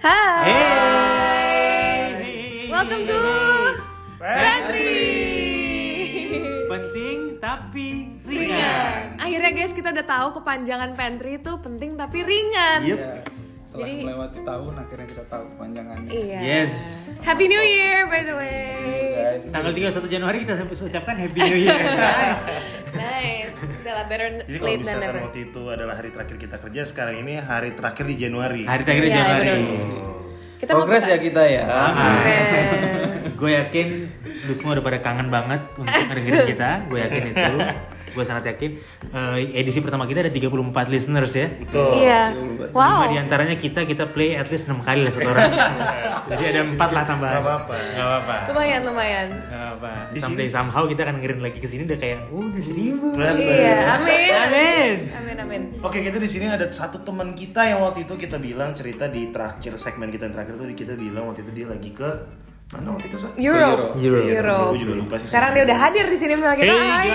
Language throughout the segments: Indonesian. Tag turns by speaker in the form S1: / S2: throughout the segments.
S1: Hai.
S2: Hey.
S1: Welcome to Pantry.
S2: Penting tapi ringan.
S1: Ringan. Akhirnya guys kita udah tahu kepanjangan pantry itu penting tapi ringan.
S2: Yep.
S3: Iya,
S4: Ya, setelah
S1: Jadi-
S4: melewati tahun akhirnya kita tahu panjangannya.
S1: Iya.
S2: Yes.
S1: Happy New Year by the way.
S4: Guys,
S2: Tanggal 31 Januari kita ucapkan Happy New Year guys.
S1: Nice. Udah lah better
S5: Jadi kalau
S1: late than
S5: misalkan
S1: never.
S5: waktu itu adalah hari terakhir kita kerja, sekarang ini hari terakhir di Januari.
S2: Hari terakhir
S1: Iya,
S2: Januari.
S1: Kita
S4: progres
S1: masuk
S5: gitu.
S4: ya kita ya.
S2: Ah, Gue yakin lu semua udah pada kangen banget untuk ngedengerin kita. Gue yakin itu. Gue sangat yakin. Eh, edisi pertama kita ada 34 listeners ya.
S5: Betul.
S1: Iya.
S2: Lima
S1: Wow.
S2: di antaranya kita kita play at least 6 kali lah satu orang. Jadi ada 4 lah tambahan.
S5: Gak apa-apa.
S2: Gak apa-apa.
S1: Lumayan lumayan.
S2: Gak apa.
S5: Di
S2: Someday somehow kita akan ngirim lagi ke sini udah kayak oh udah seribu.
S5: Betul.
S1: Iya. Amin.
S2: Amin.
S1: Amin amin.
S5: Oke, kita di sini ada satu teman kita yang waktu itu kita bilang cerita di terakhir segmen kita yang terakhir tuh kita bilang waktu itu dia lagi ke mana waktu itu? Sa?
S1: Iya. Europe.
S2: Euro.
S1: Europe.
S5: Gue juga lupa sih.
S1: Sekarang dia udah hadir di sini bersama kita. Hai.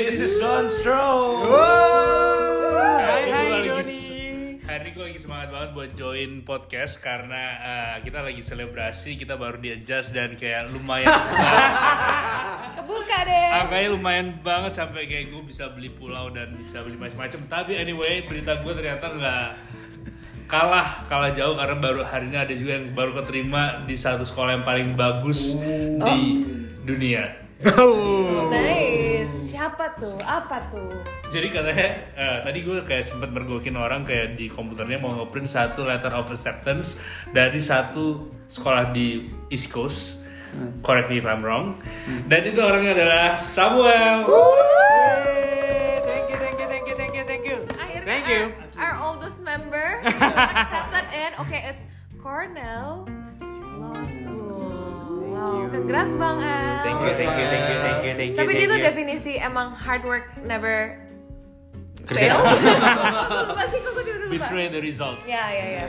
S5: This is Don Stroh.
S2: Hai
S6: Hari
S2: hai
S6: gua lagi-
S2: Doni.
S6: Hari ini gue lagi semangat banget buat join podcast karena eh, kita lagi selebrasi, kita baru di adjust dan kayak lumayan
S1: Kebuka deh.
S6: angkanya lumayan banget sampai kayak gue bisa beli pulau dan bisa beli macam-macam. Tapi anyway, berita gue ternyata nggak kalah kalah jauh karena baru hari ini ada juga yang baru keterima di satu sekolah yang paling bagus
S1: Oh.
S6: di dunia.
S1: Nice. Siapa tuh? Apa tuh?
S6: Jadi katanya eh, tadi gue kayak sempat mergokin orang kayak di komputernya mau ngeprint satu letter of acceptance dari satu sekolah di East Coast. Correct me if I'm wrong. Dan itu orangnya adalah Samuel.
S2: Thank you thank you thank you thank you thank you.
S1: Akhirnya
S2: Thank you.
S1: Our, our oldest member accepted and okay, it's Cornell Law School. Wow, congrats Bang Al.
S2: Thank you thank you thank you thank you thank you.
S1: Tapi gitu dia
S2: thank
S1: tuh
S2: you.
S1: definisi emang hard work never
S2: Kerja
S1: fail.
S2: keras-
S1: Kok lupa sih kok gue tiba-tiba lupa.
S6: Betray the results.
S1: Ya ya ya.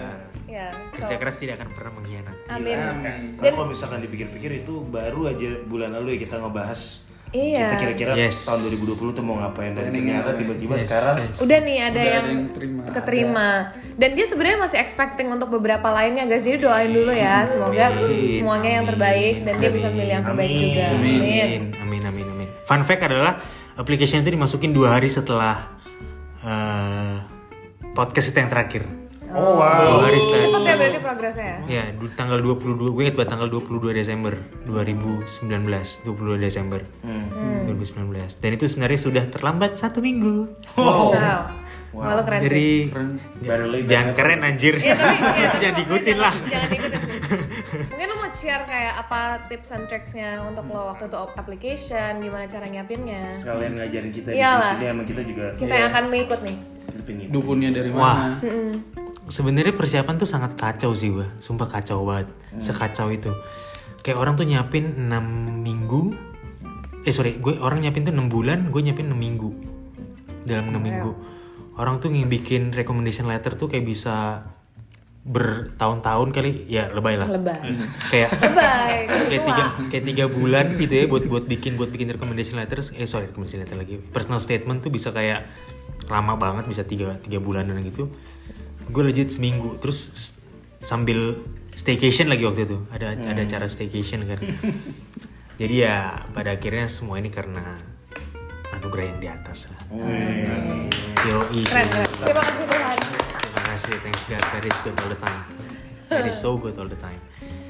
S1: Ya. so,
S2: kerja Iya. keras tidak akan pernah mengkhianati.
S1: Amin.
S5: Karena Nah, kalau misalkan dipikir-pikir itu baru aja bulan lalu ya kita ngebahas
S1: Iya.
S5: kita kira-kira
S2: Yes.
S5: tahun 2020 tuh mau ngapain dan
S4: Planning
S5: ternyata
S4: apa ya?
S5: tiba-tiba
S2: Yes,
S5: sekarang
S2: yes.
S1: Udah nih
S4: Udah
S1: ada
S4: ada
S1: yang,
S4: yang terima.
S1: keterima. Dan dia sebenarnya masih expecting untuk beberapa lainnya guys. Jadi doain dulu ya, semoga
S2: Amin.
S1: semuanya yang terbaik dan dia bisa milih yang terbaik
S5: Amin.
S1: juga. Amin.
S2: Amin, amin, amin, amin. Fun fact adalah application itu dimasukin dua hari setelah eh, podcast kita yang terakhir.
S5: oh wow
S2: Dua hari setelah.
S1: Cepat ya berarti progresnya ya.
S2: Ya, di tanggal 22, gue ingat banget tanggal 22 Desember 2019, 22 Desember
S5: Hmm.
S1: Hmm.
S2: 2019. Dan itu sebenarnya sudah terlambat satu minggu.
S1: Wow. Malu keren sih.
S2: Dari
S5: baru lagi
S2: jangan keren anjir.
S1: Iya, tapi- iya, tapi
S2: Itu jangan
S1: maksudnya
S2: diikutin lah.
S1: Jangan, jangan diikutin sih. Mungkin lo mau share kayak apa tips and tricksnya untuk lo waktu itu op- application, gimana cara nyiapinnya.
S5: sekalian ngajarin kita di
S1: Iyalah.
S5: sini emang kita juga
S1: Kita yang akan mengikut nih.
S5: Filipina.
S4: Dukunnya dari
S2: Wah.
S4: mana?
S2: Sebenarnya persiapan tuh sangat kacau sih gue, sumpah kacau banget, sekacau itu. Kayak orang tuh nyiapin 6 minggu, eh sorry, gue orang nyiapin tuh 6 bulan, gue nyiapin 6 minggu.
S1: Iya.
S2: Dalam 6 minggu. Orang tuh yang bikin recommendation letter tuh kayak bisa bertahun-tahun kali, ya lebay lah.
S1: Lebay.
S2: Kayak
S1: Lebay.
S2: kayak tiga kayak tiga bulan gitu ya buat buat bikin buat bikin recommendation letters eh sorry recommendation letter lagi personal statement tuh bisa kayak lama banget bisa tiga tiga bulanan gitu gue legit seminggu terus s- sambil staycation lagi waktu itu ada ada acara staycation kan jadi ya pada akhirnya semua ini karena anugerah yang di atas lah Yoi.
S1: Keren, keren. Terima kasih Tuhan.
S2: terima kasih thanks God that is good all the time that is so good all the time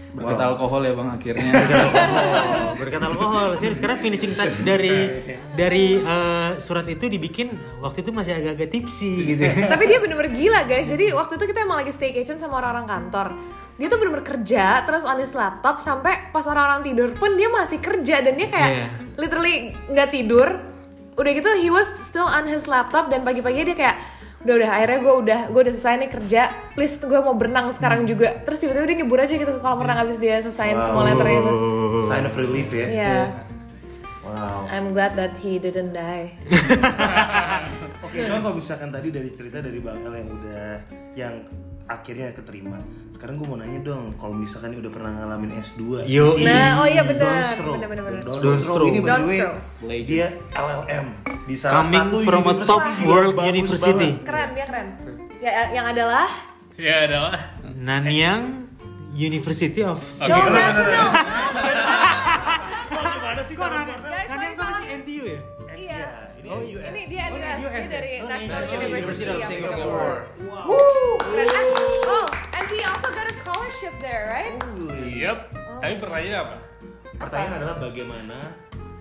S4: Berkat alkohol ya Bang akhirnya.
S2: alkohol. berkat alkohol serius karena finishing touch dari dari eh, surat itu dibikin waktu itu masih agak-agak tipsi gitu
S1: Tapi dia bener-bener gila guys. Jadi waktu itu kita emang lagi staycation sama orang-orang kantor. Dia tuh bener-bener kerja terus on his laptop sampai pas orang-orang tidur pun dia masih kerja dan dia kayak
S2: Iya.
S1: literally nggak tidur. Udah gitu he was still on his laptop dan pagi-pagi dia kayak udah udah akhirnya gue udah gue udah selesai nih kerja please gue mau berenang sekarang juga terus tiba-tiba dia nyebur aja gitu ke kolam renang abis dia selesaiin semua letternya itu
S5: sign of relief ya
S1: ya
S5: wow
S1: I'm glad that he didn't die
S5: oke Don, kalau misalkan tadi dari cerita dari bang El yang udah yang akhirnya keterima sekarang gue mau nanya dong kalau misalkan ini udah pernah ngalamin S2
S2: Yo,
S5: Di sini,
S1: Nah, oh iya benar.
S5: Don Stroh.
S1: Benar, benar, benar.
S5: Don
S2: Don
S5: Stroh
S2: Stroh.
S5: ini by
S1: Don
S5: the way,
S4: Stroh.
S5: dia LLM di salah
S2: coming
S5: satu
S2: from a
S5: university
S2: top
S5: juga
S2: world
S5: bagus
S2: university
S5: banget.
S1: keren dia keren ya yang adalah
S6: Ya adalah
S2: Nanyang University of
S1: So
S6: Oke.
S1: national.
S5: Kok gimana sih
S2: Kok
S5: kalau
S2: Nanyang?
S5: warna?
S1: Guys,
S2: Nanyang sama
S1: sorry,
S2: si NTU ya?
S1: Iya.
S5: Ini
S2: Oh,
S5: US.
S1: Ini dia
S2: Oh,
S1: NUS,
S2: US,
S1: ini dari
S2: ya? Oh,
S1: National University
S2: National
S1: of
S2: University of
S1: Singapore. Keren kan? Oh, and he also got a scholarship there, right?
S5: Wuih.
S6: Yep. Tapi pertanyaannya apa?
S5: Pertanyaan adalah bagaimana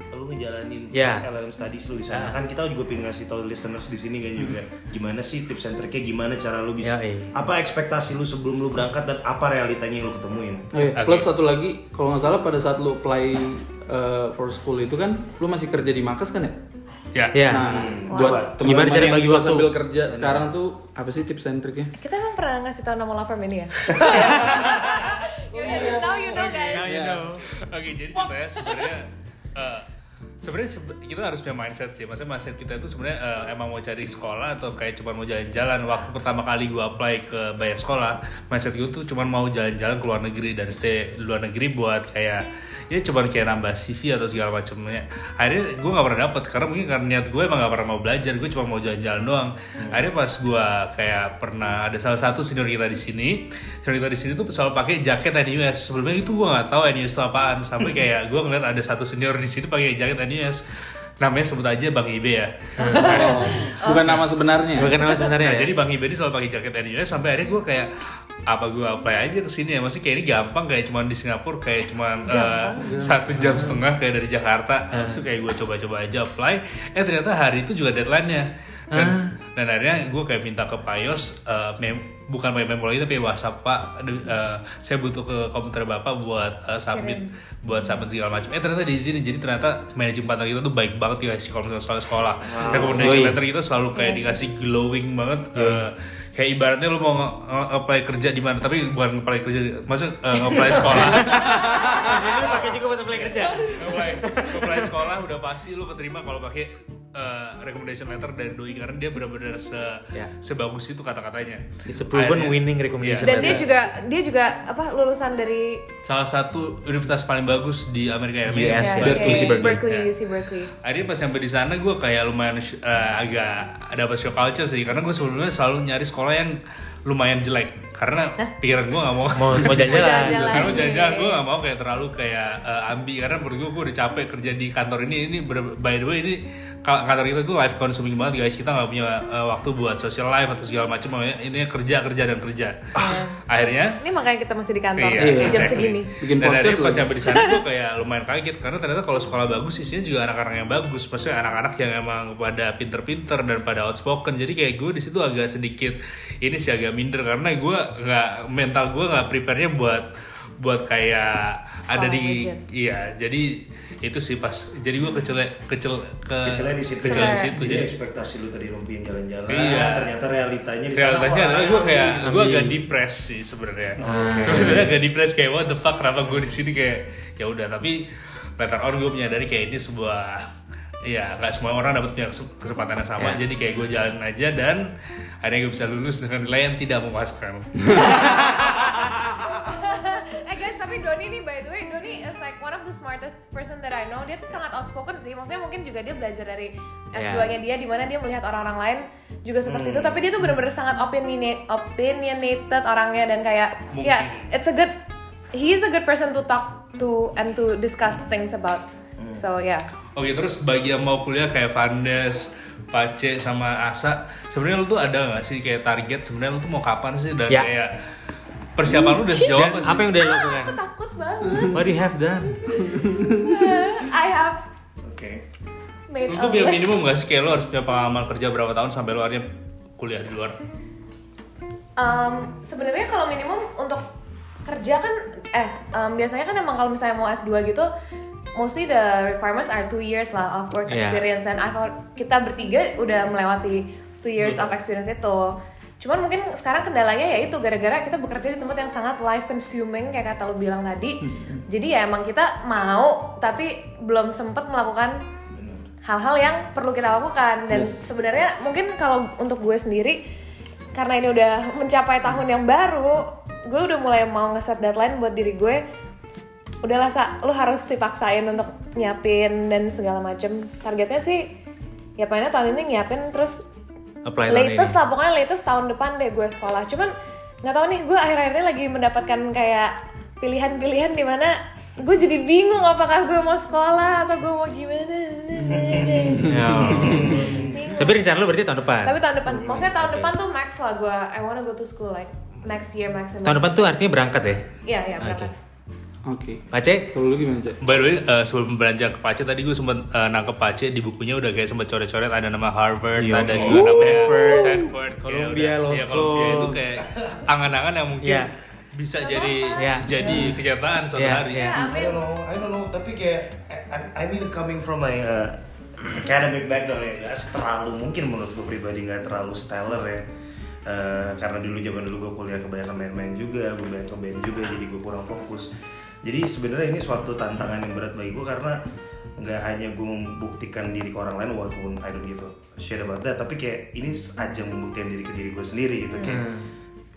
S5: lu ngejalanin
S2: Ya.
S5: proses LLM studies lu di sana
S2: Ah. Hmm.
S5: kan kita juga pengen ngasih tau listeners di sini kan juga gimana sih tips and triknya gimana cara lu bisa
S2: Ya, iya.
S5: apa ekspektasi lu sebelum lu berangkat dan apa realitanya yang lu ketemuin
S3: Oh iya,
S6: Oke.
S3: Plus satu lagi, kalau nggak salah pada saat lu apply eh, for school itu kan, lu masih kerja di Makas kan ya?
S6: Ya.
S2: Ya.
S5: Hmm,
S3: buat
S5: coba.
S3: teman-teman
S2: Gimana cara
S3: yang
S2: bagi waktu?
S3: Sambil kerja sekarang tuh apa sih tips and triknya?
S1: Kita emang pernah ngasih tau nama law firm ini ya? Yaudah, now you know guys.
S2: Now you know.
S6: Oke, jadi ceritanya sebenarnya eh, sebenarnya sebe- kita harus punya mindset sih. Maksudnya mindset kita itu sebenarnya eh, emang mau cari sekolah atau kayak cuma mau jalan-jalan. Waktu pertama kali gue apply ke banyak sekolah, mindset gue tuh cuma mau jalan-jalan ke luar negeri dan stay di luar negeri buat kayak ya cuman kayak nambah CV atau segala macamnya. Akhirnya gue nggak pernah dapet karena mungkin karena niat gue emang nggak pernah mau belajar. Gue cuma mau jalan-jalan doang. Akhirnya pas gue kayak pernah ada salah satu senior kita di sini, senior kita di sini tuh selalu pakai jaket NUS. Sebelumnya itu gue nggak tahu NUS itu apaan. Sampai kayak gue ngeliat ada satu senior di sini pakai jaket NUS. Namanya sebut aja Bang Ibe ya.
S3: Oh, bukan nama sebenarnya.
S2: Gue kenal sebenarnya
S6: Nah,
S2: ya?
S6: jadi Bang Ibe ini selalu pakai jaket NUS sampai akhirnya gue kayak apa gue apply aja ke sini ya maksudnya kayak ini gampang kayak cuman di Singapura kayak cuman eh, satu jam setengah kayak dari Jakarta
S2: Ah.
S6: Habis itu kayak gue coba-coba aja apply eh ternyata hari itu juga deadline-nya dan,
S2: Ah.
S6: dan akhirnya gue kayak minta ke Payos eh, mem- bukan pakai memo lagi tapi WhatsApp Pak aduh, eh, saya butuh ke komputer Bapak buat eh, submit buat submit segala macam eh ternyata di sini jadi ternyata manajemen partner kita tuh baik banget dikasih kalau misalnya soal sekolah recommendation
S2: Yoi.
S6: letter kita selalu kayak dikasih glowing banget eh, kayak ibaratnya lu mau nge- nge- apply kerja di mana tapi bukan apply kerja maksud eh, apply sekolah
S2: Nah, Jadi lu pakai juga buat apply kerja.
S6: apply apply sekolah udah pasti lu keterima kalau pakai eh, recommendation letter dari doi karena dia benar-benar se
S2: Ya.
S6: sebagus itu kata-katanya
S2: It's a proven
S6: Akhirnya-
S2: winning recommendation.
S1: Dan dia
S2: letter.
S1: juga dia juga apa lulusan dari
S6: salah satu universitas paling bagus di Amerika ya.
S2: Yes,
S1: ya,
S2: dari
S1: kayak
S2: UC Berkeley.
S1: Berkeley,
S6: Ya.
S1: UC Berkeley.
S6: Akhirnya pas sampai di sana gue kayak lumayan eh, agak ada apa shock culture sih karena gue sebelumnya selalu nyari sekolah yang lumayan jelek karena pikiran gue nggak mau
S2: mau mau jalan-jalan.
S1: jalan-jalan.
S6: karena gue jalan-jalan gue gak mau kayak terlalu kayak eh, ambi karena menurut gue gue udah capek kerja di kantor ini ini ber- by the way ini ka- kantor kita tuh life consuming banget guys kita nggak punya eh, waktu buat social life atau segala macam makanya ini kerja kerja dan kerja akhirnya
S1: Ini makanya kita masih di kantor
S6: Iya,
S1: jam
S6: exactly.
S1: segini.
S3: Bikin
S6: Dan dari
S3: podcast
S6: pas
S3: lagi.
S6: nyampe di sana gue kayak lumayan kaget karena ternyata kalau sekolah bagus isinya juga anak-anak yang bagus, maksudnya anak-anak yang emang pada pinter-pinter dan pada outspoken. Jadi kayak gue di situ agak sedikit ini sih agak minder karena gue nggak mental gue nggak prepare-nya buat buat kayak ada di
S1: legit.
S6: iya jadi itu sih pas jadi gue kecil kecil ke
S5: Kecilnya di situ.
S6: kecil
S1: Iya.
S6: di situ
S5: jadi,
S6: jadi
S5: ekspektasi lu tadi rumpiin jalan-jalan
S6: Iya.
S5: ternyata realitanya di sana
S6: realitanya
S5: wah,
S6: adalah gue kayak gue
S2: Ambil.
S6: agak depres sih sebenarnya maksudnya agak depres kayak what the fuck kenapa gue di sini kayak ya udah tapi later on gue menyadari kayak ini sebuah Iya, nggak semua orang dapat punya kesem- kesempatan yang sama. Jadi kayak gue jalan aja dan akhirnya gue bisa lulus dengan nilai yang tidak memuaskan.
S1: Eh guys, tapi Doni nih by the way, Doni is like one of the smartest person that I know. Dia tuh sangat outspoken sih. Maksudnya mungkin juga dia belajar dari
S2: Yeah.
S1: S2-nya dia di mana dia melihat orang-orang lain juga seperti itu, tapi dia tuh benar-benar sangat opinionate, opinionated orangnya dan kayak
S6: Mungkin.
S1: ya, it's a good he is a good person to talk to and to discuss things about. So yeah.
S6: Oke, terus bagi yang mau kuliah kayak Vandes, Pace sama Asa, sebenarnya lu tuh ada nggak sih kayak target sebenarnya lu tuh mau kapan sih dan
S2: Ya.
S6: kayak persiapan lu udah sejauh
S2: Dan
S6: apa sih?
S2: apa yang udah lo lakukan?
S1: Aku takut banget.
S2: What do you have done?
S1: I have
S5: oke
S1: made
S6: Lu
S1: a
S6: tuh biar
S1: list.
S6: minimum gak sih kayak lo harus punya pengalaman kerja berapa tahun sampai lo akhirnya kuliah di luar?
S1: Um, sebenarnya kalau minimum untuk kerja kan eh um, biasanya kan emang kalau misalnya mau S2 gitu mostly the requirements are two years lah of work
S2: Yeah.
S1: experience dan I thought kita bertiga udah melewati two years of experience itu cuman mungkin sekarang kendalanya ya itu gara-gara kita bekerja di tempat yang sangat life consuming kayak kata lo bilang tadi jadi ya emang kita mau tapi belum sempet melakukan hal-hal yang perlu kita lakukan dan sebenarnya mungkin kalau untuk gue sendiri karena ini udah mencapai tahun yang baru gue udah mulai mau ngeset deadline buat diri gue udahlah sa lu harus sih paksain untuk nyiapin dan segala macem targetnya sih ya pengennya tahun ini nyiapin terus
S2: Apply tahun ini.
S1: latest lah pokoknya latest tahun depan deh gue sekolah cuman nggak tahu nih gue akhir-akhir ini lagi mendapatkan kayak pilihan-pilihan di mana gue jadi bingung apakah gue mau sekolah atau gue mau gimana
S2: Ya. Tapi rencana lu berarti tahun depan.
S1: tapi tahun depan maksudnya tahun depan tuh max lah gue I wanna go to school like next year maximum
S2: Tahun depan tuh artinya berangkat ya.
S1: iya iya berangkat
S3: Oke.
S2: Pace?
S3: Kalau lu gimana, Cak?
S6: By the way, eh, sebelum beranjak ke Pace tadi gue sempat eh, nangkep Pace di bukunya udah kayak sempat coret-coret ada nama Harvard,
S2: Iya,
S6: ada
S2: oh,
S6: juga nama
S2: Stanford,
S6: Stanford kayak
S2: Columbia
S6: udah-
S2: Law
S6: iya, Columbia
S2: School.
S6: itu kayak angan-angan yang mungkin
S2: Iya.
S6: bisa jadi
S2: Iya.
S6: jadi kenyataan suatu
S2: Iya,
S6: hari.
S2: iya.
S1: ya
S5: I don't
S1: amin
S5: know, I don't know. Tapi kayak, I- I, I mean coming from my uh, academic background ya, nggak terlalu mungkin menurut gue pribadi nggak terlalu stellar ya. Eh, karena dulu zaman dulu gue kuliah kebanyakan main-main juga, gue banyak band juga, jadi gue kurang fokus. Jadi sebenarnya ini suatu tantangan yang berat bagi gue karena nggak hanya gue membuktikan diri ke orang lain walaupun I don't give a shit about that, tapi kayak ini ajang membuktikan diri ke diri gue sendiri gitu kayak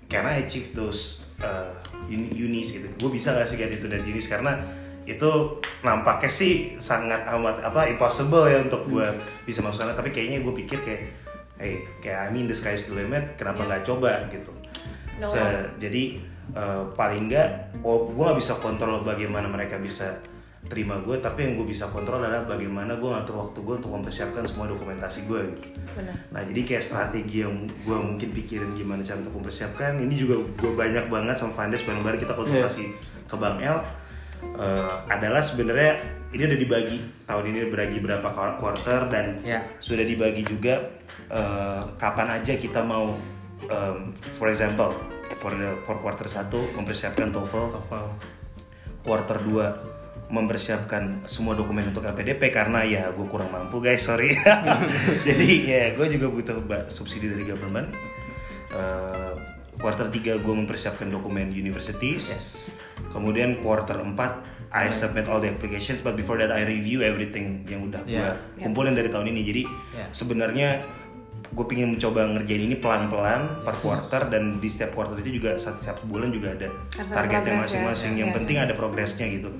S5: can I achieve those uh, uni- unis gitu gue bisa gak sih get itu dan unis karena itu nampaknya sih sangat amat apa impossible ya untuk gue bisa masuk sana tapi kayaknya gue pikir kayak hey kayak I mean the sky's the limit kenapa nggak coba gitu
S1: No
S5: Se-
S1: else.
S5: jadi uh, paling nggak oh, gue nggak bisa kontrol bagaimana mereka bisa terima gue tapi yang gue bisa kontrol adalah bagaimana gue ngatur waktu gue untuk mempersiapkan semua dokumentasi gue gitu.
S1: Benar.
S5: Nah jadi kayak strategi yang gue mungkin pikirin gimana cara untuk mempersiapkan ini juga gue banyak banget sama Fandes bareng-bareng kita konsultasi ke Bang L eh, adalah sebenarnya ini udah dibagi tahun ini beragi berapa quar- quarter dan
S2: Ya.
S5: sudah dibagi juga eh, kapan aja kita mau em, for example for the for quarter 1 mempersiapkan TOEFL quarter 2 mempersiapkan semua dokumen untuk LPDP karena ya gue kurang mampu guys sorry jadi ya gue juga butuh ba- subsidi dari government Eh, quarter 3 gue mempersiapkan dokumen universities kemudian quarter 4 I submit all the applications but before that I review everything yang udah gue
S2: Yeah.
S5: kumpulin dari tahun ini jadi
S2: Yeah.
S5: sebenarnya gue pingin mencoba ngerjain ini pelan-pelan per quarter dan di setiap quarter itu juga setiap bulan juga ada
S1: Harus ada
S5: targetnya
S1: progress ya.
S5: masing-masing yang
S1: Iya.
S5: penting ada progresnya gitu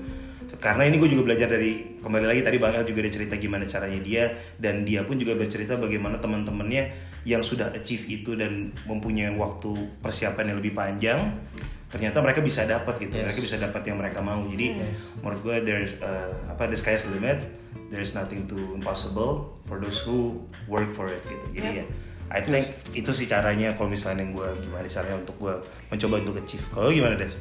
S5: karena ini gue juga belajar dari kembali lagi tadi bang El juga ada cerita gimana caranya dia dan dia pun juga bercerita bagaimana teman-temannya yang sudah achieve itu dan mempunyai waktu persiapan yang lebih panjang ternyata mereka bisa dapat gitu mereka bisa dapat yang mereka mau jadi menurut gue there's uh, apa the sky's the limit there's nothing too impossible for those who work for it gitu jadi ya I think itu sih caranya kalau misalnya yang gue gimana caranya untuk gue mencoba untuk achieve kalau lu gimana des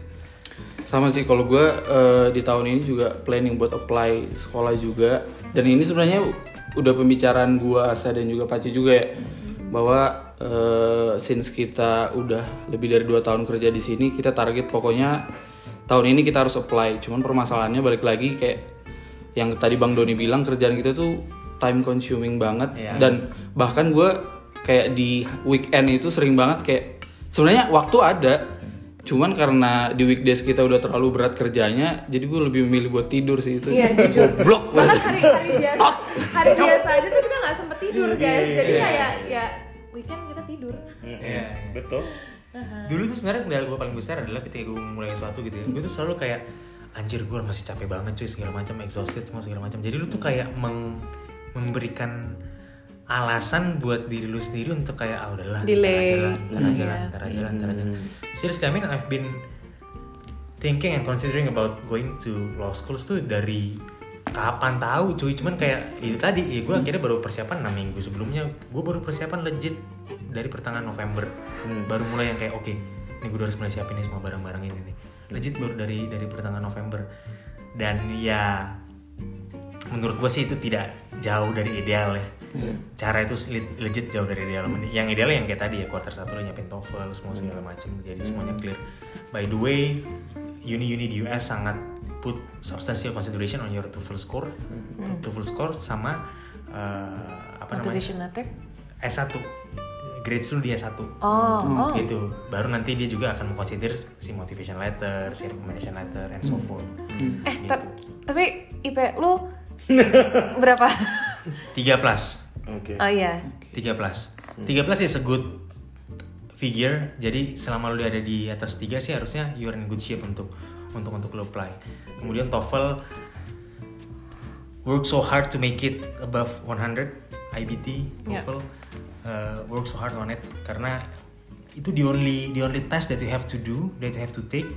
S3: Sama sih kalau gue eh, di tahun ini juga planning buat apply sekolah juga dan ini sebenarnya udah pembicaraan gue Asa dan juga Paci juga ya bahwa eh, since kita udah lebih dari dua tahun kerja di sini kita target pokoknya tahun ini kita harus apply cuman permasalahannya balik lagi kayak yang tadi Bang Doni bilang kerjaan kita tuh time consuming banget dan bahkan gue kayak di weekend itu sering banget kayak sebenarnya waktu ada cuman karena di weekdays kita udah terlalu berat kerjanya jadi gue lebih memilih buat tidur sih itu
S1: Iya jujur.
S3: goblok
S1: Bahkan hari hari biasa hari biasa aja tuh kita nggak sempet tidur guys. Jadi kayak ya weekend kita tidur.
S2: Iya.
S5: betul
S2: Dulu tuh sebenarnya kendala gue paling besar adalah ketika gue mulai sesuatu gitu ya. Gue tuh selalu kayak anjir gue masih capek banget cuy segala macam exhausted semua segala macam. Jadi lu tuh kayak meng- memberikan alasan buat diri lu sendiri untuk kayak ah udahlah ntar
S1: Delay.
S2: aja lah, ntar aja lah, ntar aja lah, ntar aja lah." Seriously, I mean I've been thinking and considering about going to law schools tuh dari kapan tahu cuy cuman kayak itu tadi ya gue akhirnya baru persiapan 6 minggu sebelumnya gue baru persiapan legit dari pertengahan November baru mulai yang kayak oke ini gue harus mulai siapin nih semua barang-barang ini nih legit baru dari dari pertengahan November dan ya menurut gue sih itu tidak jauh dari ideal ya cara itu sli- legit jauh dari ideal yang ideal yang kayak tadi ya quarter satu lo nyiapin TOEFL semua segala macam jadi semuanya clear by the way uni-uni di US sangat put substantial consideration on your TOEFL score TOEFL score sama eh, apa namanya
S1: Motivation letter.
S2: S1 grades lu di S1
S1: Oh, oh.
S2: gitu baru nanti dia juga akan mengconsider si motivation letter si recommendation letter and so forth
S1: Eh,
S2: Gitu.
S1: tap- tapi IP lu berapa?
S2: tiga plus
S5: oke
S1: Oh iya.
S2: 13 13 is a good figure. Jadi selama lu ada di atas 3 sih harusnya you are in good shape untuk untuk untuk lu apply. Kemudian TOEFL work so hard to make it above 100 IBT
S1: Yeah.
S2: TOEFL uh, work so hard on it karena itu the only the only test that you have to do that you have to take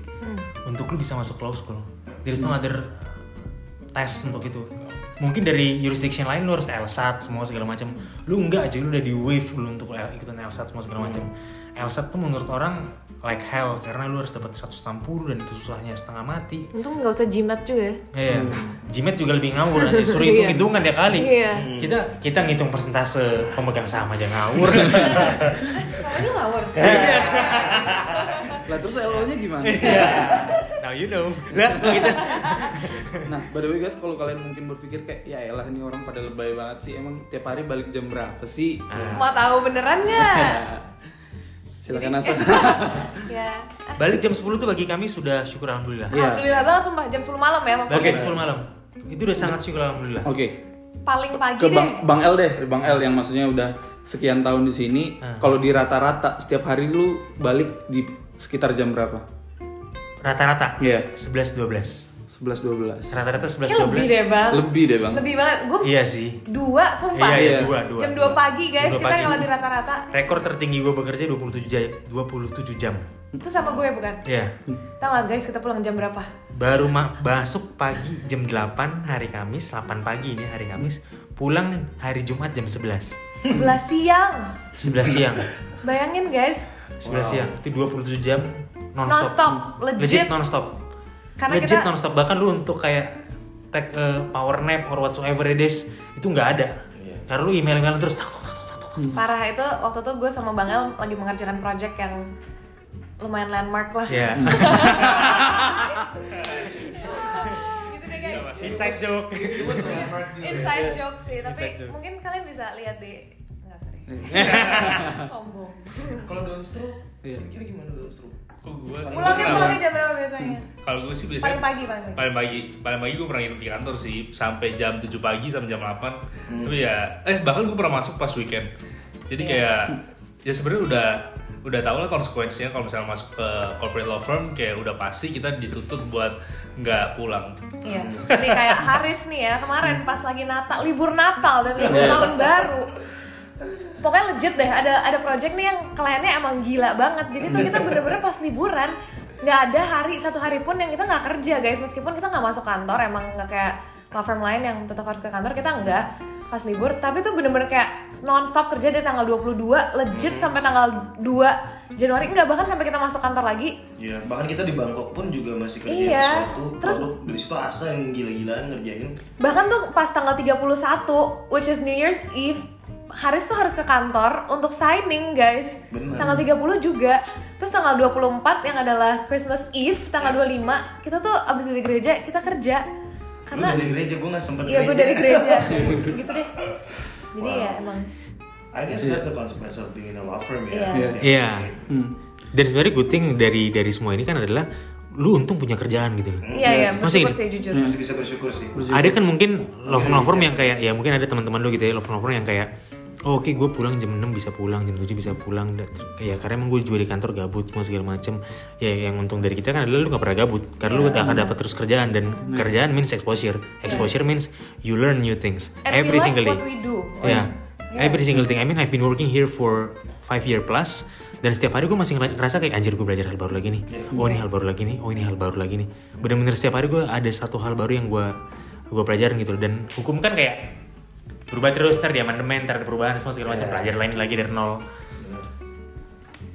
S2: untuk lu bisa masuk law school there is no other uh, test untuk itu mungkin dari jurisdiction lain lu harus LSAT semua segala macam lu enggak aja lu udah di wave lu untuk L- ikutan LSAT semua segala macam LSAT tuh menurut orang like hell karena lu harus dapat 160 dan itu susahnya setengah mati
S1: Untung nggak usah jimat juga ya.
S2: Iya. Jimat juga lebih ngawur nanti suruh hitung hitungan ya kali.
S1: Iya.
S2: Kita kita ngitung persentase pemegang saham aja ngawur.
S1: Eh, Soalnya ngawur.
S2: Iya.
S3: Lah terus LO-nya gimana?
S2: Now you know. Lah kita
S3: Nah, by the way guys, kalau kalian mungkin berpikir kayak ya elah ini orang pada lebay banget sih, emang tiap hari balik jam berapa sih?
S1: Mau tahu beneran nggak?
S3: Silakan asal.
S2: Iya.
S1: ya.
S2: balik jam 10 tuh bagi kami sudah syukur alhamdulillah.
S3: Iya.
S1: Alhamdulillah banget sumpah jam 10 malam ya maksudnya.
S2: Balik jam 10 malam. Itu udah sangat syukur alhamdulillah.
S3: Oke,
S1: Paling pagi
S3: ke
S1: deh.
S3: bang, bang L deh, Bang L yang maksudnya udah sekian tahun di sini. Kalau di rata-rata setiap hari lu balik di sekitar jam berapa?
S2: Rata-rata
S3: Iya.
S2: 11 12.
S3: 11 12.
S2: Rata-rata 11
S1: Kayaknya lebih deh
S2: 12.
S1: bang.
S3: Lebih deh, Bang.
S1: Lebih banget. Gue
S2: Iya sih.
S1: dua sumpah.
S2: Iya, iya,
S3: Iya.
S2: dua, dua.
S1: Jam 2 pagi guys
S2: Jam dua
S1: kita
S2: pagi.
S1: kalau di rata-rata.
S2: Rekor tertinggi gue bekerja 27 jam. 27 jam.
S1: Itu sama gue bukan?
S2: Iya.
S1: Tahu nggak guys kita pulang jam berapa?
S2: Baru ma- masuk pagi jam 8 hari Kamis, 8 pagi ini hari Kamis, pulang hari Jumat jam 11.
S1: 11 siang.
S2: 11 siang.
S1: Bayangin guys.
S2: 11 siang. Itu 27 jam non-stop.
S1: Non-stop, legit.
S2: non-stop.
S1: Karena kita-
S2: legit non-stop. Bahkan lu untuk kayak take eh, power nap or whatsoever it is, itu nggak ada. Karena lu email-emailan terus tak, tak, tak, tak, tak.
S1: Parah itu waktu itu gue sama Bang El lagi mengerjakan project yang lumayan landmark lah.
S2: Ya.
S1: Gitu deh guys.
S2: Inside joke.
S1: Inside joke sih, tapi mungkin kalian bisa lihat di Enggak, sorry. Sombong.
S5: Kalau downstream,
S3: Iya.
S5: kira-kira gimana downstream?
S6: Kok gue?
S1: Pulangnya pulangnya jam berapa biasanya?
S6: Kalau gue sih biasanya
S1: Paling pagi, paling pagi.
S6: Iya. paling pagi paling pagi gue pernah nginep di kantor sih sampai jam 7 pagi sampai jam 8 tapi ya eh bahkan gue pernah masuk pas weekend jadi kayak ya sebenarnya udah udah tau lah konsekuensinya kalau misalnya masuk ke corporate law firm kayak udah pasti kita dituntut buat nggak pulang
S1: Iya. Jadi kayak Haris nih ya, kemarin pas lagi Natal, libur Natal dan libur
S3: Iya.
S1: tahun baru. Pokoknya legit deh, ada ada project nih yang kliennya emang gila banget. Jadi tuh kita bener-bener pas liburan nggak ada hari satu hari pun yang kita nggak kerja guys meskipun kita nggak masuk kantor emang nggak kayak law firm lain yang tetap harus ke kantor kita nggak pas libur tapi tuh bener-bener kayak non-stop kerja dari tanggal 22 legit sampai tanggal 2 Januari nggak bahkan sampai kita masuk kantor lagi
S5: Iya, bahkan kita di Bangkok pun juga masih kerja
S1: Iya.
S5: sesuatu.
S1: Terus-
S5: Terus dari situ Asa yang gila-gilaan ngerjain.
S1: Bahkan tuh pas tanggal 31, which is New Year's Eve, Haris tuh harus ke kantor untuk signing, guys.
S5: Bener.
S1: Tanggal 30 juga. Terus tanggal 24 yang adalah Christmas Eve, tanggal 25, kita tuh abis dari gereja, kita kerja. Karena
S5: Lu dari gereja gue nggak sempet
S1: iya gue dari gereja. gitu deh. Jadi
S5: Wow.
S1: ya emang
S5: I guess that's the consequence of being in a law firm ya.
S1: Iya.
S2: Iya. Dan sebenarnya good thing dari dari semua ini kan adalah lu untung punya kerjaan gitu loh.
S1: Iya iya,
S2: Masih
S1: bersyukur
S2: Hmm. gini?
S1: sih jujur.
S5: Masih bisa bersyukur sih.
S2: ada kan mungkin law firm law firm yang kayak ya mungkin ada teman-teman lo gitu ya law firm law firm yang kayak oh, oke gue pulang jam 6 bisa pulang jam 7 bisa pulang Dan- ya karena emang gue juga di kantor gabut semua segala macem ya yang untung dari kita kan adalah lu gak pernah gabut karena lu gak akan dapat terus kerjaan dan kerjaan means exposure exposure means you learn new things
S1: And
S2: every
S1: we like
S2: single day
S1: what we do. Iya.
S2: Ya, every single thing I mean I've been working here for five year plus dan setiap hari gue masih ngera- ngerasa kayak anjir gue belajar hal baru lagi nih oh ini hal baru lagi nih oh ini hal baru lagi nih bener-bener setiap hari gue ada satu hal baru yang gue gue pelajarin gitu dan hukum kan kayak berubah terus ntar di amandemen ntar ada perubahan semua segala macam belajar lain lagi dari nol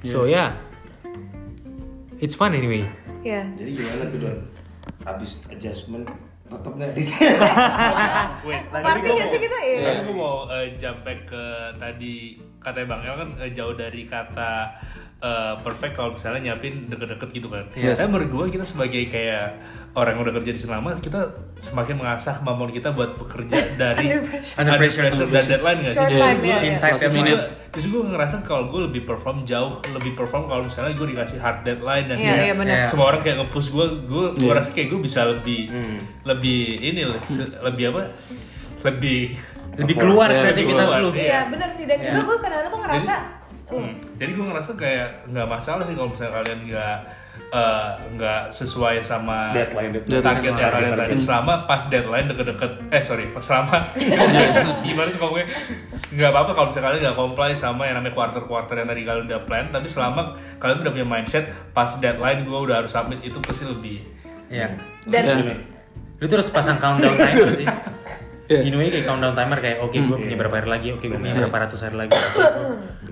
S2: so yeah it's fun anyway
S1: Iya.
S5: Jadi gimana tuh Don? Abis adjustment tetap nggak di sini?
S1: Iya.
S6: Wait,
S1: Party nggak sih kita? Iya.
S6: Tapi gue mau eh, jump back ke tadi katanya Bang El kan eh, jauh dari kata eh, perfect kalau misalnya nyiapin deket-deket gitu kan.
S3: Yes.
S6: Tapi menurut gue kita sebagai kayak orang yang udah kerja di sini lama, kita semakin mengasah kemampuan kita buat bekerja dari
S1: Under pressure.
S2: Under pressure.
S6: dan deadline nggak sih?
S1: Short time ya.
S2: in
S1: iya.
S2: type
S3: Masih
S2: minute
S6: Terus gue ngerasa kalau gue lebih perform jauh, lebih perform kalau misalnya gue dikasih hard deadline dan
S1: Iya,
S6: kayak
S1: iya, benar. Iya.
S6: semua orang kayak nge-push gue, gue gue rasa kayak gue bisa lebih
S1: Hmm.
S6: lebih ini lah, se- lebih apa? Lebih
S2: lebih keluar
S3: Iya, lebih
S2: kreativitas
S6: keluar.
S2: lu
S1: Iya, bener sih dan juga gue kadang-kadang tuh ngerasa
S6: Hmm. Jadi gue ngerasa kayak nggak masalah sih kalau misalnya kalian nggak eh, nggak sesuai sama
S5: Deadline, deadline. Hmm.
S6: target
S3: Deadline.
S6: yang ada tadi selama pas deadline deket-deket eh sorry pas selama gimana sih kalau gue nggak apa-apa kalau misalnya kalian nggak comply sama yang namanya quarter-quarter yang tadi kalian udah plan tapi selama kalian udah punya mindset pas deadline gue udah harus submit itu pasti lebih
S2: Iya.
S1: Dan
S2: Lu tuh harus pasang countdown timer sih.
S3: Iya.
S2: In a way kayak countdown timer kayak oke gue punya berapa hari lagi, oke gue punya berapa ratus hari lagi.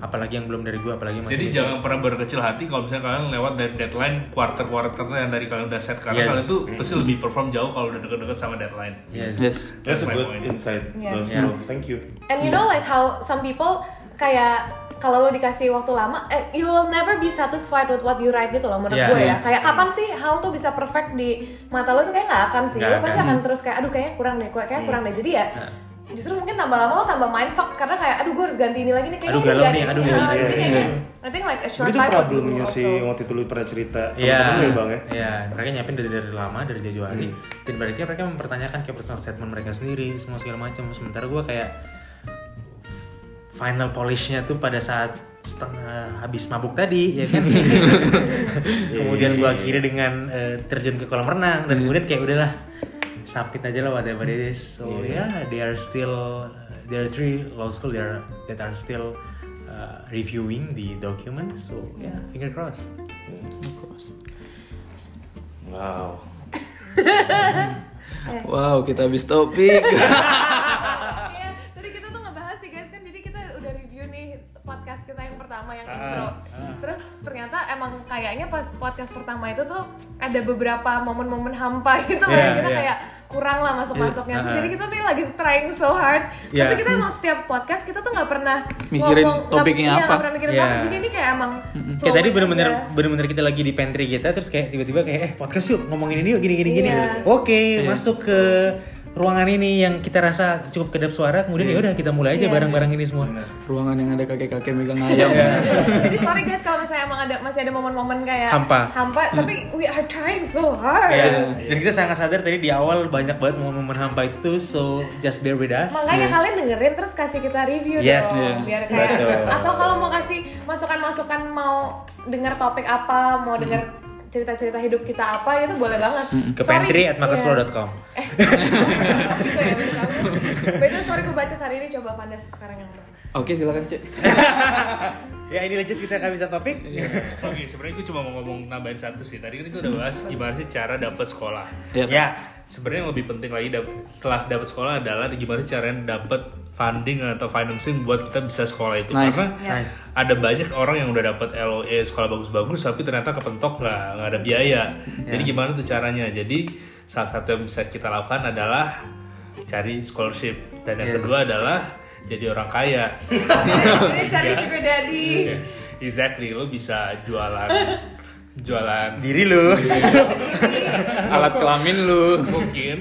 S2: apalagi yang belum dari gue, apalagi yang masih
S6: Jadi
S2: besok.
S6: jangan pernah berkecil hati kalau misalnya kalian lewat dari deadline quarter-quarter yang dari kalian udah set karena
S2: Yes.
S6: kalian tuh
S5: Hmm.
S6: pasti lebih perform jauh kalau udah deket-deket sama deadline.
S2: Yes. Ya.
S3: Yes.
S5: That's a
S6: My
S5: good
S6: point.
S5: insight.
S1: Yeah.
S5: Bro.
S2: Yeah.
S5: Thank you.
S1: And you know like how some people kayak kalau lo dikasih waktu lama, eh, you will never be satisfied with what you write gitu loh menurut
S2: Yeah.
S1: gue ya.
S2: Yeah.
S1: Kayak kapan sih hal tuh bisa perfect di mata lo tuh kayak nggak akan sih.
S2: Nggak
S1: Lo pasti
S2: akan.
S1: akan terus kayak aduh kayaknya kurang deh, kayak kayak kurang deh. Jadi ya
S2: Nah.
S1: justru mungkin tambah lama lo tambah mindfuck karena kayak aduh gue harus ganti ini lagi nih kayaknya
S2: Aduh, galau
S1: ganti
S2: nih, aduh,
S1: ini.
S2: galau
S1: Ah,
S5: ini.
S1: jadi
S5: Iya,
S1: kayaknya,
S2: iya.
S1: I think like a short gitu
S5: Jadi itu
S1: time would do
S5: problemnya si
S1: also.
S5: waktu itu lu pernah cerita
S2: Iya,
S5: temen-temen lu ya bang ya? Hmm.
S2: iya. Mereka nyiapin dari dari lama, dari jauh hari. Dan berarti mereka mempertanyakan kayak personal statement mereka sendiri, semua segala macam. Sementara gue kayak final polishnya tuh pada saat setengah habis mabuk tadi, ya kan.
S5: Iya,
S2: kemudian gue akhiri dengan eh, terjun ke kolam renang
S5: Hmm.
S2: dan kemudian kayak udahlah sapit aja lah whatever it is.
S5: Iya,
S2: So yeah, they are still there are three law school that are, that are still uh, reviewing the document. So yeah, finger crossed.
S5: Wow.
S3: Wow, kita habis topik.
S1: Iya, tadi kita tuh ngebahas sih guys kan jadi kita udah review nih podcast kita yang pertama
S2: Ah,
S1: yang intro. Terus ternyata emang kayaknya pas podcast pertama itu tuh ada beberapa momen-momen hampa gitu loh yang
S2: Iya,
S1: kita
S2: iya.
S1: kayak kurang lah masuk-masuknya.
S2: Iya,
S1: Terus
S2: ah.
S1: Jadi kita nih lagi trying so hard. Tapi
S2: Iya.
S1: kita emang setiap podcast kita tuh nggak pernah
S3: Mikirin
S1: ngomong- nggak-
S3: topiknya
S1: iya,
S3: apa.
S1: nggak pernah mikirin
S2: Iya.
S1: topik. Jadi ini kayak emang
S2: Kayak tadi
S1: flowing
S2: bener-bener
S1: aja.
S2: bener-bener kita lagi di pantry kita terus kayak tiba-tiba kayak eh podcast yuk ngomongin ini yuk gini gini gini.
S1: Iya.
S2: Oke, masuk ke ruangan ini yang kita rasa cukup kedap suara kemudian ya udah kita mulai aja
S1: Iya.
S2: barang-barang ini semua.
S3: Ruangan yang ada kakek-kakek megang ayam.
S1: Jadi sorry guys kalau misalnya emang ada masih ada momen-momen kayak
S2: Hampa.
S1: tapi we are trying so hard.
S2: Ya, dan kita sangat sadar tadi di awal banyak banget momen-momen hampa itu, so just bear with us.
S1: Makanya kalian dengerin terus kasih kita review
S2: Yes.
S1: dong,
S2: Yes,
S1: biar kayak
S2: betul.
S1: atau kalau mau kasih masukan-masukan mau denger topik apa, mau denger cerita-cerita hidup kita apa gitu boleh banget.
S2: Ke
S1: Sorry.
S2: pantry at
S1: Iya.
S2: makaslo.com.
S1: Gitu ya, menurut aku. By the way, sorry kebaca hari ini coba pandai sekarang yang mana.
S3: Oke, silakan,
S1: Iya.
S3: Cek.
S2: Ya ini lanjut kita kehabisan topik.
S6: Oke, sebenarnya gue cuma mau ngomong nambahin satu sih. Tadi kan itu udah bahas gimana sih cara dapat sekolah.
S3: Yes.
S2: Ya,
S6: Sebenarnya yang lebih penting lagi dap- setelah dapat sekolah adalah gimana sih caranya dapat funding atau financing buat kita bisa sekolah itu.
S3: Nice.
S6: Karena
S2: nice.
S6: ada banyak orang yang udah dapat LOE E, sekolah bagus-bagus tapi ternyata kepentok nggak nggak ada biaya.
S2: Iya.
S6: Jadi gimana tuh caranya? Jadi salah satu yang bisa kita lakukan adalah cari scholarship dan yang
S2: Yes.
S6: kedua adalah jadi orang kaya.
S1: Jadi cari sugar daddy.
S6: Iya, exactly, lo bisa jualan jualan
S2: Diri lu.
S3: Alat kelamin lu.
S6: mungkin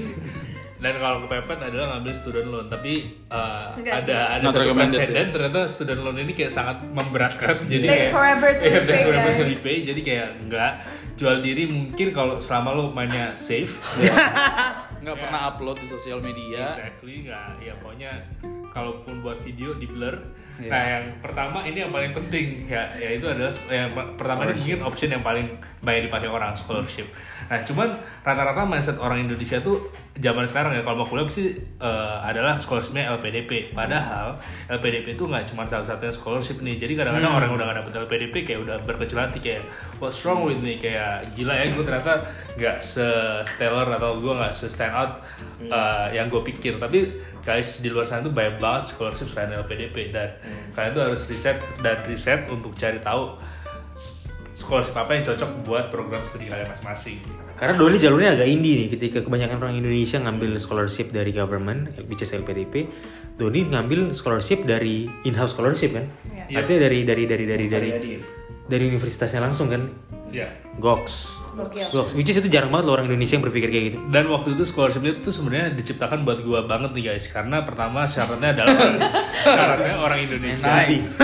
S6: dan kalau kepepet adalah ngambil student loan tapi uh,
S1: Enggak sih.
S6: ada ada
S3: Not
S6: satu
S3: recommended
S6: presiden ternyata student loan ini kayak sangat memberatkan jadi
S1: Takes
S6: kayak
S1: forever to
S6: Iya,
S1: repay,
S6: takes forever to
S1: guys.
S6: repay. jadi kayak enggak jual diri mungkin kalau selama lo mainnya safe
S3: Nggak pernah upload di sosial media.
S6: Exactly, nggak ya pokoknya kalaupun buat video di blur. Nah yang pertama ini yang paling penting ya yaitu adalah yang pa- pertama ini mungkin option yang paling banyak dipakai orang scholarship. Nah cuman rata-rata mindset orang Indonesia tuh zaman sekarang ya kalau mau kuliah sih eh, adalah scholarshipnya LPDP. Padahal LPDP itu nggak cuma salah-satunya scholarship nih. Jadi kadang-kadang orang yang udah nggak dapet LPDP kayak udah berkecil hati kayak what's wrong with me kayak gila ya gue ternyata nggak se stellar atau gue nggak se stand out uh, yang gue pikir tapi guys di luar sana tuh banyak banget scholarship selain LPDP dan kalian tuh harus riset dan riset untuk cari tahu s- scholarship apa yang cocok buat program studi kalian masing-masing
S2: Karena dulu ini jalurnya agak indie nih ketika kebanyakan orang Indonesia ngambil scholarship dari government, which is LPDP. Doni ngambil scholarship dari in-house scholarship kan?
S6: Iya.
S2: Artinya dari dari dari dari dari
S5: Dari- dari.
S2: dari universitasnya langsung kan?
S6: ya
S2: Gox.
S1: Gokil.
S2: Gox. Which is itu jarang banget loh orang Indonesia yang berpikir kayak gitu.
S6: dan waktu itu scholarship itu sebenarnya diciptakan buat gue banget nih guys karena pertama syaratnya adalah syaratnya orang Indonesia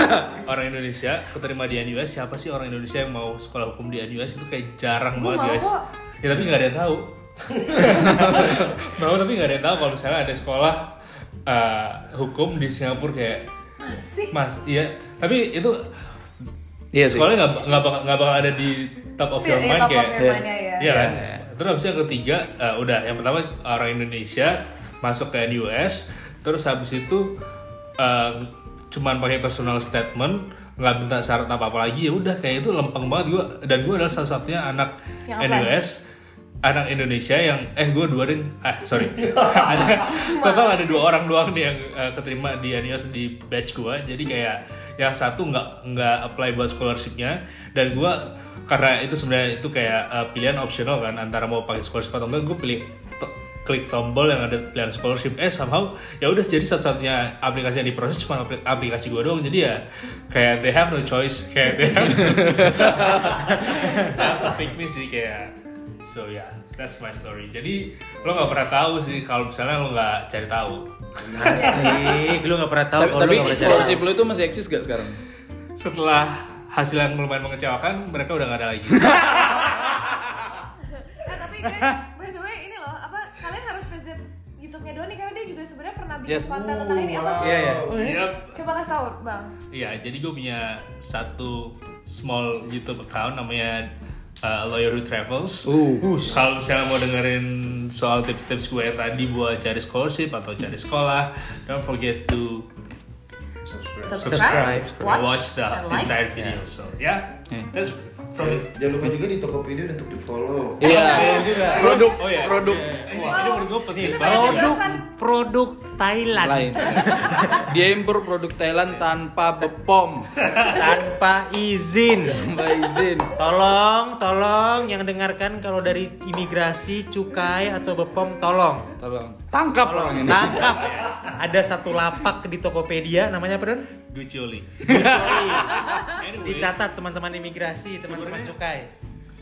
S6: orang Indonesia keterima di NUS siapa sih orang Indonesia yang mau sekolah hukum di NUS itu kayak jarang
S1: Gua
S6: banget
S1: mau
S6: guys
S1: kok.
S6: ya tapi nggak ada yang tahu mau tapi nggak ada yang tahu kalau misalnya ada sekolah eh, hukum di Singapura kayak
S1: Masih.
S6: mas iya tapi itu
S3: Iya sih.
S6: sekolahnya nggak nggak bakal nggak bakal ada di top of your
S1: Iya, top
S6: mind
S1: of
S6: kayak
S1: your
S3: Iya.
S1: mind-nya ya.
S6: Iya kan? Terus habis itu yang ketiga, eh, udah yang pertama orang Indonesia masuk ke NUS, terus habis itu eh, cuman pakai personal statement, nggak minta syarat apa apa lagi, ya udah kayak itu lempeng banget gua dan gua adalah salah satunya anak
S1: Yang apa?
S6: NUS anak Indonesia yang eh gue dua deh ah sorry ada total ada dua orang doang nih yang eh, keterima di NUS di batch gue jadi kayak yang satu nggak nggak apply buat scholarshipnya dan gue karena itu sebenarnya itu kayak eh, pilihan optional kan antara mau pakai scholarship atau enggak gue pilih to- klik tombol yang ada pilihan scholarship eh somehow ya udah jadi satu-satunya aplikasi yang diproses cuma apli- aplikasi gue doang jadi ya kayak they have no choice kayak they have pick me sih kayak so ya yeah, that's my story jadi lo nggak pernah tahu sih kalau misalnya lo nggak cari tahu
S2: Asik, lu gak pernah tahu
S3: Tapi,
S2: kalau lu
S3: tapi
S2: gak pernah cari.
S3: scholarship lo itu masih eksis gak sekarang?
S6: setelah hasil yang lumayan mengecewakan mereka udah nggak ada lagi
S2: Iya.
S1: Nah, tapi guys, by the way ini loh, apa kalian harus visit YouTube-nya Doni karena dia juga sebenarnya pernah bikin
S3: Yes.
S1: konten tentang ini apa sih?
S3: Iya, iya.
S1: ya?
S6: Yap.
S1: Coba kasih tahu, Bang.
S6: Iya, jadi gue punya satu small YouTube account namanya uh, Lawyer Who Travels.
S3: Uh.
S6: Kalau misalnya mau dengerin soal tips-tips gue yang tadi buat cari scholarship atau cari sekolah, don't forget to
S1: Subscribe,
S6: watch, the
S1: and like.
S6: entire video. So yeah,
S3: Yeah.
S6: that's from
S5: Jangan lupa juga di Tokopedia untuk di follow.
S3: Iya. Produk,
S6: Oh, iya.
S3: produk
S6: Ini,
S1: Wow.
S6: ini menurut gue penting
S1: Itu
S6: banget. ya.
S1: kayak
S2: Produk,
S1: penjelasan.
S2: produk Thailand
S3: lain. Dia impor produk Thailand tanpa bepom,
S2: tanpa izin.
S3: tanpa izin.
S2: Tolong, tolong yang dengarkan kalau dari imigrasi, cukai atau bepom tolong.
S3: Tolong tangkap orang ini. Nah,
S2: Tangkap. Ada satu lapak di Tokopedia namanya apa, Don?
S6: Guccioli. Anyway,
S2: Dicatat teman-teman imigrasi, teman-teman
S6: Sebenarnya-
S2: cukai.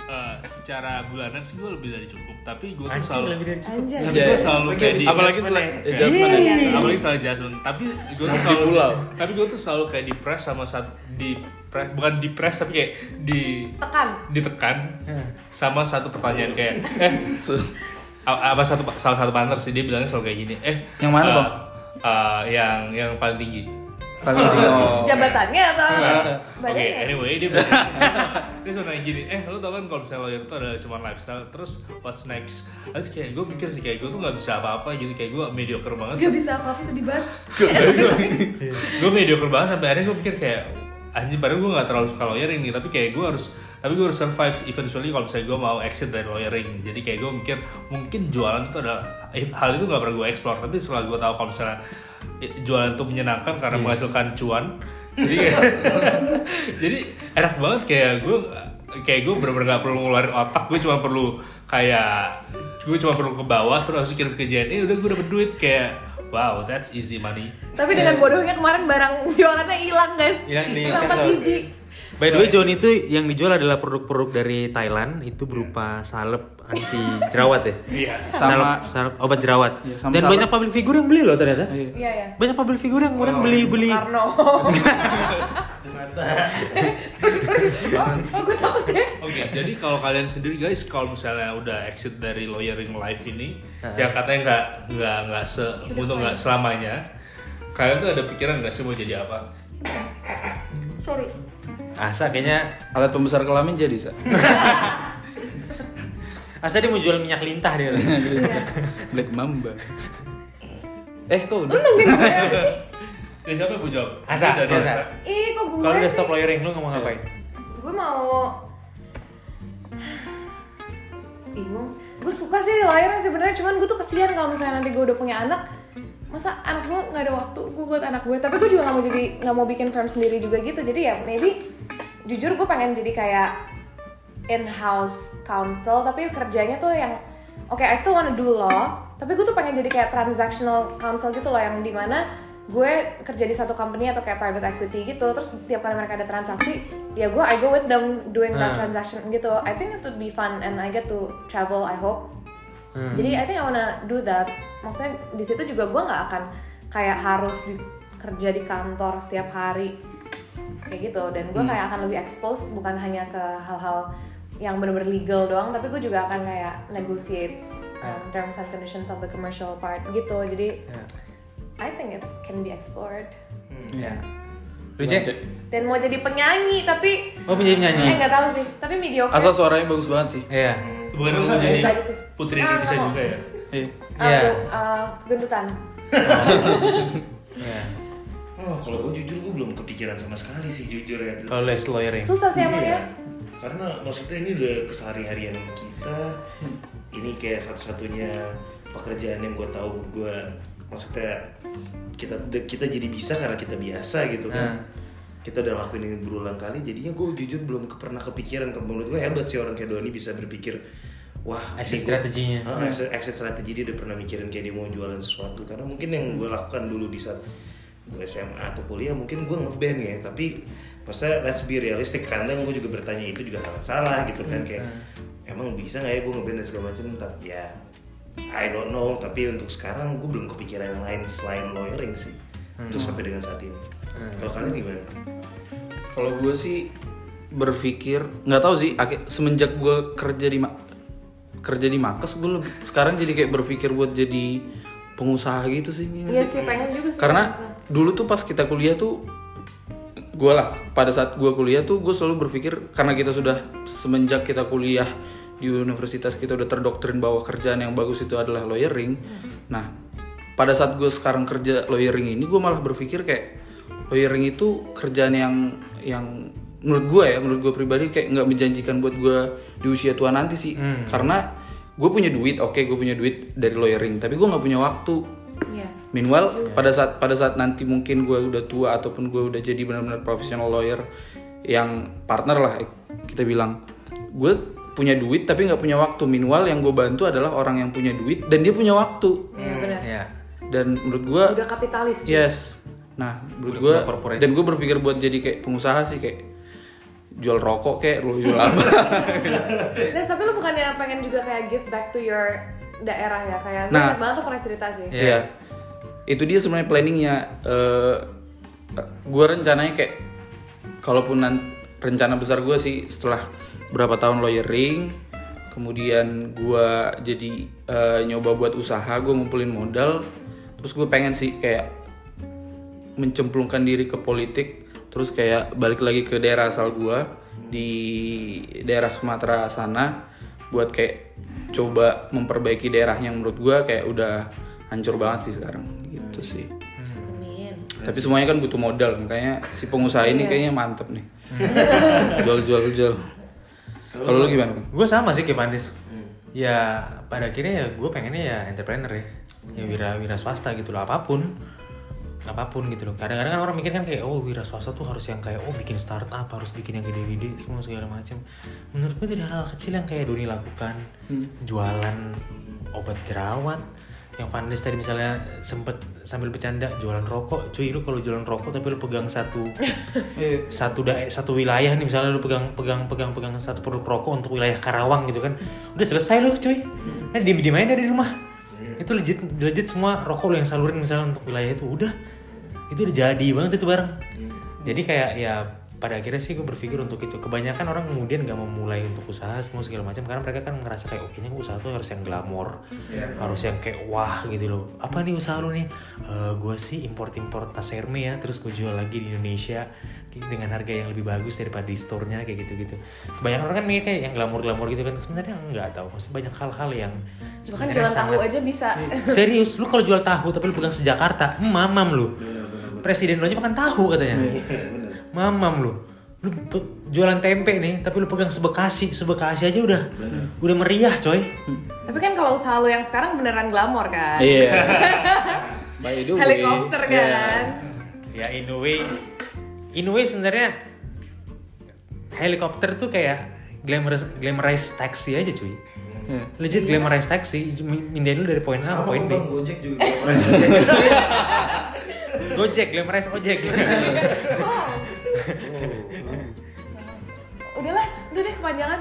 S6: uh, secara bulanan sih gue lebih dari cukup, tapi gue tuh
S2: Anjing
S6: selalu
S2: lebih dari cukup.
S1: Anjay.
S6: tapi gue selalu
S5: Lagi
S6: kayak di
S3: Iya. Apalagi setelah
S5: Adjustment-nya.
S3: adjustment ya.
S6: apalagi salah Jason tapi gue tuh
S3: Di
S6: selalu
S3: pulau.
S6: tapi gue tuh selalu kayak dipres sama saat di bukan dipres tapi kayak di
S1: Tekan.
S6: ditekan sama satu pertanyaan kayak eh a- apa satu salah satu partner sih dia bilangnya selalu kayak gini eh
S3: Yang mana,
S6: eh,
S3: Bang?
S6: eh, yang yang paling tinggi
S3: Paling
S2: Oh,
S3: tinggi.
S2: iya.
S1: Jabatannya atau ya?
S6: Oke,
S1: badannya?
S6: anyway dia bilang dia suruh nanya gini, eh lu tau kan kalau misalnya lawyer itu adalah cuma lifestyle, terus what's next? Terus kayak gue mikir sih kayak gue tuh nggak bisa apa-apa gitu, kayak gue mediocre banget.
S1: Gak bisa apa-apa sedih banget.
S6: gue mediocre banget sampai akhirnya gue pikir kayak anjing padahal gue gak terlalu suka lawyering nih tapi kayak gue harus tapi gue harus survive eventually kalau misalnya gue mau exit dari lawyering jadi kayak gue mikir mungkin jualan itu adalah eh, hal itu gak pernah gue explore tapi setelah gue tahu kalau misalnya i- jualan itu menyenangkan karena menghasilkan cuan jadi kayak, jadi enak banget kayak gue kayak gue bener-bener gak perlu ngeluarin otak gue cuma perlu kayak gue cuma perlu ke bawah terus harus kirim ke JNE udah gue dapet duit kayak wow that's easy money
S1: Tapi dengan bodohnya kemarin barang jualannya hilang, guys.
S2: Iya. Hilang di-
S1: Hilang empat biji.
S2: By the way, John itu yang dijual adalah produk-produk dari Thailand itu berupa salep anti jerawat ya.
S6: Iya.
S3: Iya.
S2: salep,
S3: Sama-
S2: salep obat jerawat.
S3: Iya, sama
S2: Dan
S3: salep.
S2: banyak public figure yang beli loh ternyata.
S3: Iya.
S1: Iya, ya.
S2: Banyak public figure yang kemudian beli-beli.
S1: Karno. oh, oh, gue takut deh.
S6: Oke, jadi kalau kalian sendiri guys, kalau misalnya udah exit dari lawyering life ini, yang katanya nggak nggak nggak se untuk nggak selamanya, kalian tuh ada pikiran nggak sih mau jadi apa?
S1: Sorry.
S2: Asa kayaknya
S3: Alat pembesar kelamin jadi sa. Iya.
S2: Asa dia mau jual minyak lintah dia.
S3: Black Mamba. Eh kok udah?
S6: Ya siapa yang mau jawab?
S2: Asa,
S6: Ini dari
S2: Asa.
S1: Ih, kok gue
S2: Kalau udah
S1: sih?
S2: stop lawyering lu
S3: Iya.
S2: ngomong ngapain?
S1: gue mau bingung gue suka sih lahiran sebenarnya cuman gue tuh kesian kalau misalnya nanti gue udah punya anak masa anak gue nggak ada waktu gue buat anak gue tapi gue juga nggak mau jadi nggak mau bikin firm sendiri juga gitu jadi ya maybe jujur gue pengen jadi kayak in house counsel tapi kerjanya tuh yang oke I still wanna do law tapi gue tuh pengen jadi kayak transactional counsel gitu loh yang dimana gue kerja di satu company atau kayak private equity gitu terus tiap kali mereka ada transaksi ya gue I go with them doing that
S2: Hmm.
S1: transaction gitu I think it would be fun and I get to travel I hope
S2: Hmm.
S1: jadi I think I wanna do that. Maksudnya di situ juga gue nggak akan kayak harus di, kerja di kantor setiap hari kayak gitu. Dan gue
S2: Hmm.
S1: kayak akan lebih expose bukan hanya ke hal-hal yang bener-bener legal doang, tapi gue juga akan kayak negotiate um,
S2: Hmm.
S1: terms and conditions of the commercial
S3: Iya.
S1: part gitu. Jadi I think it can be explored.
S2: Iya. Lu cek?
S1: Dan mau jadi penyanyi tapi
S2: Oh menjadi
S1: eh
S2: penyanyi?
S1: nggak tahu sih, tapi mediocre.
S3: Asal suaranya bagus banget sih.
S2: Iya.
S6: Bukan aku jadi putri
S1: Ah,
S6: Indonesia
S1: nggak mau.
S6: juga ya.
S3: Iya.
S1: Ah,
S2: Iya.
S1: bu- ah, gendutan.
S2: Iya.
S5: Oh, kalau gue jujur gue belum kepikiran sama sekali sih jujur ya.
S2: Kalau les lawyer ya?
S1: Susah sih emang
S5: Iya.
S1: ya.
S5: Karena maksudnya ini udah kesehari-harian kita. Ini kayak satu-satunya pekerjaan yang gue tahu gue maksudnya kita kita jadi bisa karena kita biasa gitu kan. Kita udah lakuin ini berulang kali, jadinya gue jujur belum ke- pernah kepikiran. Kalau Menurut gue hebat sih orang kayak Doni bisa berpikir, wah
S2: Exit
S5: ini gua-
S2: strateginya.
S5: Heeh, exit, exit strategi dia udah pernah mikirin kayak dia mau jualan sesuatu karena mungkin yang gue lakukan dulu di saat gue SMA atau kuliah mungkin gue ngeband ya tapi maksudnya let's be realistic kadang gue juga bertanya itu juga hal yang salah gitu kan kayak emang bisa nggak ya gue ngeband dan segala macam tapi ya I don't know tapi untuk sekarang gue belum kepikiran yang lain selain lawyering sih untuk sampai dengan saat ini kalau kalian gimana?
S3: Kalau gue sih berpikir nggak tahu sih akhir- semenjak gue kerja di Ma- kerja di Makes gue lebih- sekarang jadi kayak berpikir buat jadi pengusaha gitu sih. nggak
S1: Iya sih
S3: sih?
S1: pengen juga sih.
S3: Karena
S1: bisa.
S3: dulu tuh pas kita kuliah tuh gue lah pada saat gue kuliah tuh gue selalu berpikir karena kita sudah semenjak kita kuliah di universitas kita udah terdoktrin bahwa kerjaan yang bagus itu adalah lawyering. Nah pada saat gue sekarang kerja lawyering ini gue malah berpikir kayak lawyering itu kerjaan yang yang menurut gue ya menurut gue pribadi kayak nggak menjanjikan buat gue di usia tua nanti sih karena gue punya duit oke gue punya duit dari lawyering tapi gue nggak punya waktu
S1: Iya.
S3: Meanwhile pada saat pada saat nanti mungkin gue udah tua ataupun gue udah jadi benar-benar professional lawyer yang partner lah eh, kita bilang gue punya duit tapi nggak punya waktu. Meanwhile yang gue bantu adalah orang yang punya duit dan dia punya waktu
S1: Iya benar.
S2: Iya.
S3: dan menurut gue
S1: Udah kapitalis. cuy.
S3: yes nah menurut
S2: Udah
S3: gue
S2: punya corporate.
S3: dan gue berpikir buat jadi kayak pengusaha sih kayak jual rokok kayak lu jual apa
S1: Terus tapi lu bukannya pengen juga kayak give back to your daerah ya kayak gue
S3: Nah.
S1: ingat banget tuh pernah cerita sih.
S2: Iya.
S3: Iya. Itu dia sebenarnya planningnya. Eh, gue rencananya kayak kalaupun nan- rencana besar gue sih setelah berapa tahun lawyering, kemudian gue jadi eh, nyoba buat usaha, gue ngumpulin modal, terus gue pengen sih kayak mencemplungkan diri ke politik, terus kayak balik lagi ke daerah asal gue di daerah Sumatera sana buat kayak coba memperbaiki daerah yang menurut gue kayak udah hancur banget sih sekarang gitu sih
S1: Amin.
S3: tapi semuanya kan butuh modal makanya si pengusaha
S1: Iya.
S3: ini kayaknya mantep nih jual jual jual kalau lu gimana Bang?
S2: Gue sama sih kayak Pandis. Ya pada akhirnya ya gue pengennya ya entrepreneur ya, ya wira wira swasta gitu loh apapun apapun gitu loh kadang-kadang kan orang mikir kan kayak oh wira swasta tuh harus yang kayak oh bikin startup harus bikin yang gede-gede semua segala macam menurut gue dari hal kecil yang kayak Doni lakukan jualan obat jerawat yang Pandis tadi misalnya sempet sambil bercanda jualan rokok cuy lu kalau jualan rokok tapi lu pegang satu
S3: Iya.
S2: satu dae satu wilayah nih misalnya lu pegang pegang pegang pegang satu produk rokok untuk wilayah Karawang gitu kan udah selesai lu cuy nah diem diem aja dari rumah itu legit legit semua rokok lu yang salurin misalnya untuk wilayah itu udah itu udah jadi banget itu barang jadi kayak ya pada akhirnya sih gue berpikir untuk itu kebanyakan orang kemudian nggak memulai untuk usaha semua segala macam karena mereka kan ngerasa kayak oke nya usaha tuh harus yang glamor harus yang kayak wah gitu loh apa nih usaha lu nih Eh gue sih import import tas Hermes ya terus gue jual lagi di Indonesia gitu, dengan harga yang lebih bagus daripada di store-nya kayak gitu gitu kebanyakan orang kan mikir kayak yang glamor glamor gitu kan sebenarnya nggak tahu masih banyak hal-hal yang
S1: Bahkan
S2: sebenarnya
S1: kan jualan tahu
S2: sangat
S1: aja bisa.
S3: Iya.
S2: Serius, lu kalau jual tahu tapi lu pegang sejakarta, hmm, mamam lu. Presiden lu aja makan tahu katanya. mamam lu. Lu pe- jualan tempe nih, tapi lu pegang sebekasi, sebekasi aja udah udah meriah, coy.
S1: Tapi kan kalau usaha lu yang sekarang beneran glamor kan.
S3: iya By the way,
S1: Helikopter kan.
S3: iya.
S2: Ya in a way, in a way sebenarnya helikopter tuh kayak glamorous glamorized taxi aja, cuy. Legit glamorized taxi, mindahin lu dari poin A ke poin B.
S4: Gojek juga.
S2: Gojek, glamorized ojek.
S1: Wow. Udahlah, udah deh kepanjangan.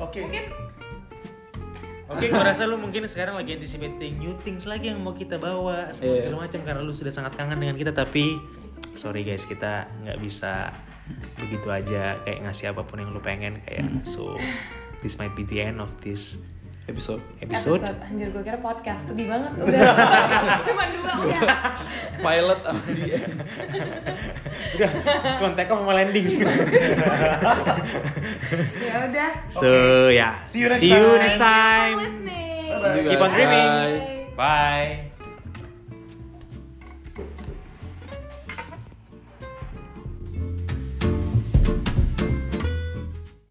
S5: Oke,
S1: Mungkin
S2: Oke, gua rasa lu mungkin sekarang lagi anticipating new things lagi yang mau kita bawa semua segala macam karena lu sudah sangat kangen dengan kita tapi sorry guys kita nggak bisa begitu Hmm. aja kayak ngasih apapun yang lu pengen kayak so this might be the end of this
S3: episode
S2: episode
S1: Anjir gue kira podcast Sedih banget udah Cuman dua udah
S3: pilot sama dia.
S2: udah cuma take off sama landing
S1: Ya udah
S2: so ya
S5: See you next
S2: see you
S5: time.
S2: next
S1: Thank you
S2: time
S1: for listening
S3: Thank you
S2: Keep on
S3: guys.
S2: dreaming.
S3: Bye.
S2: bye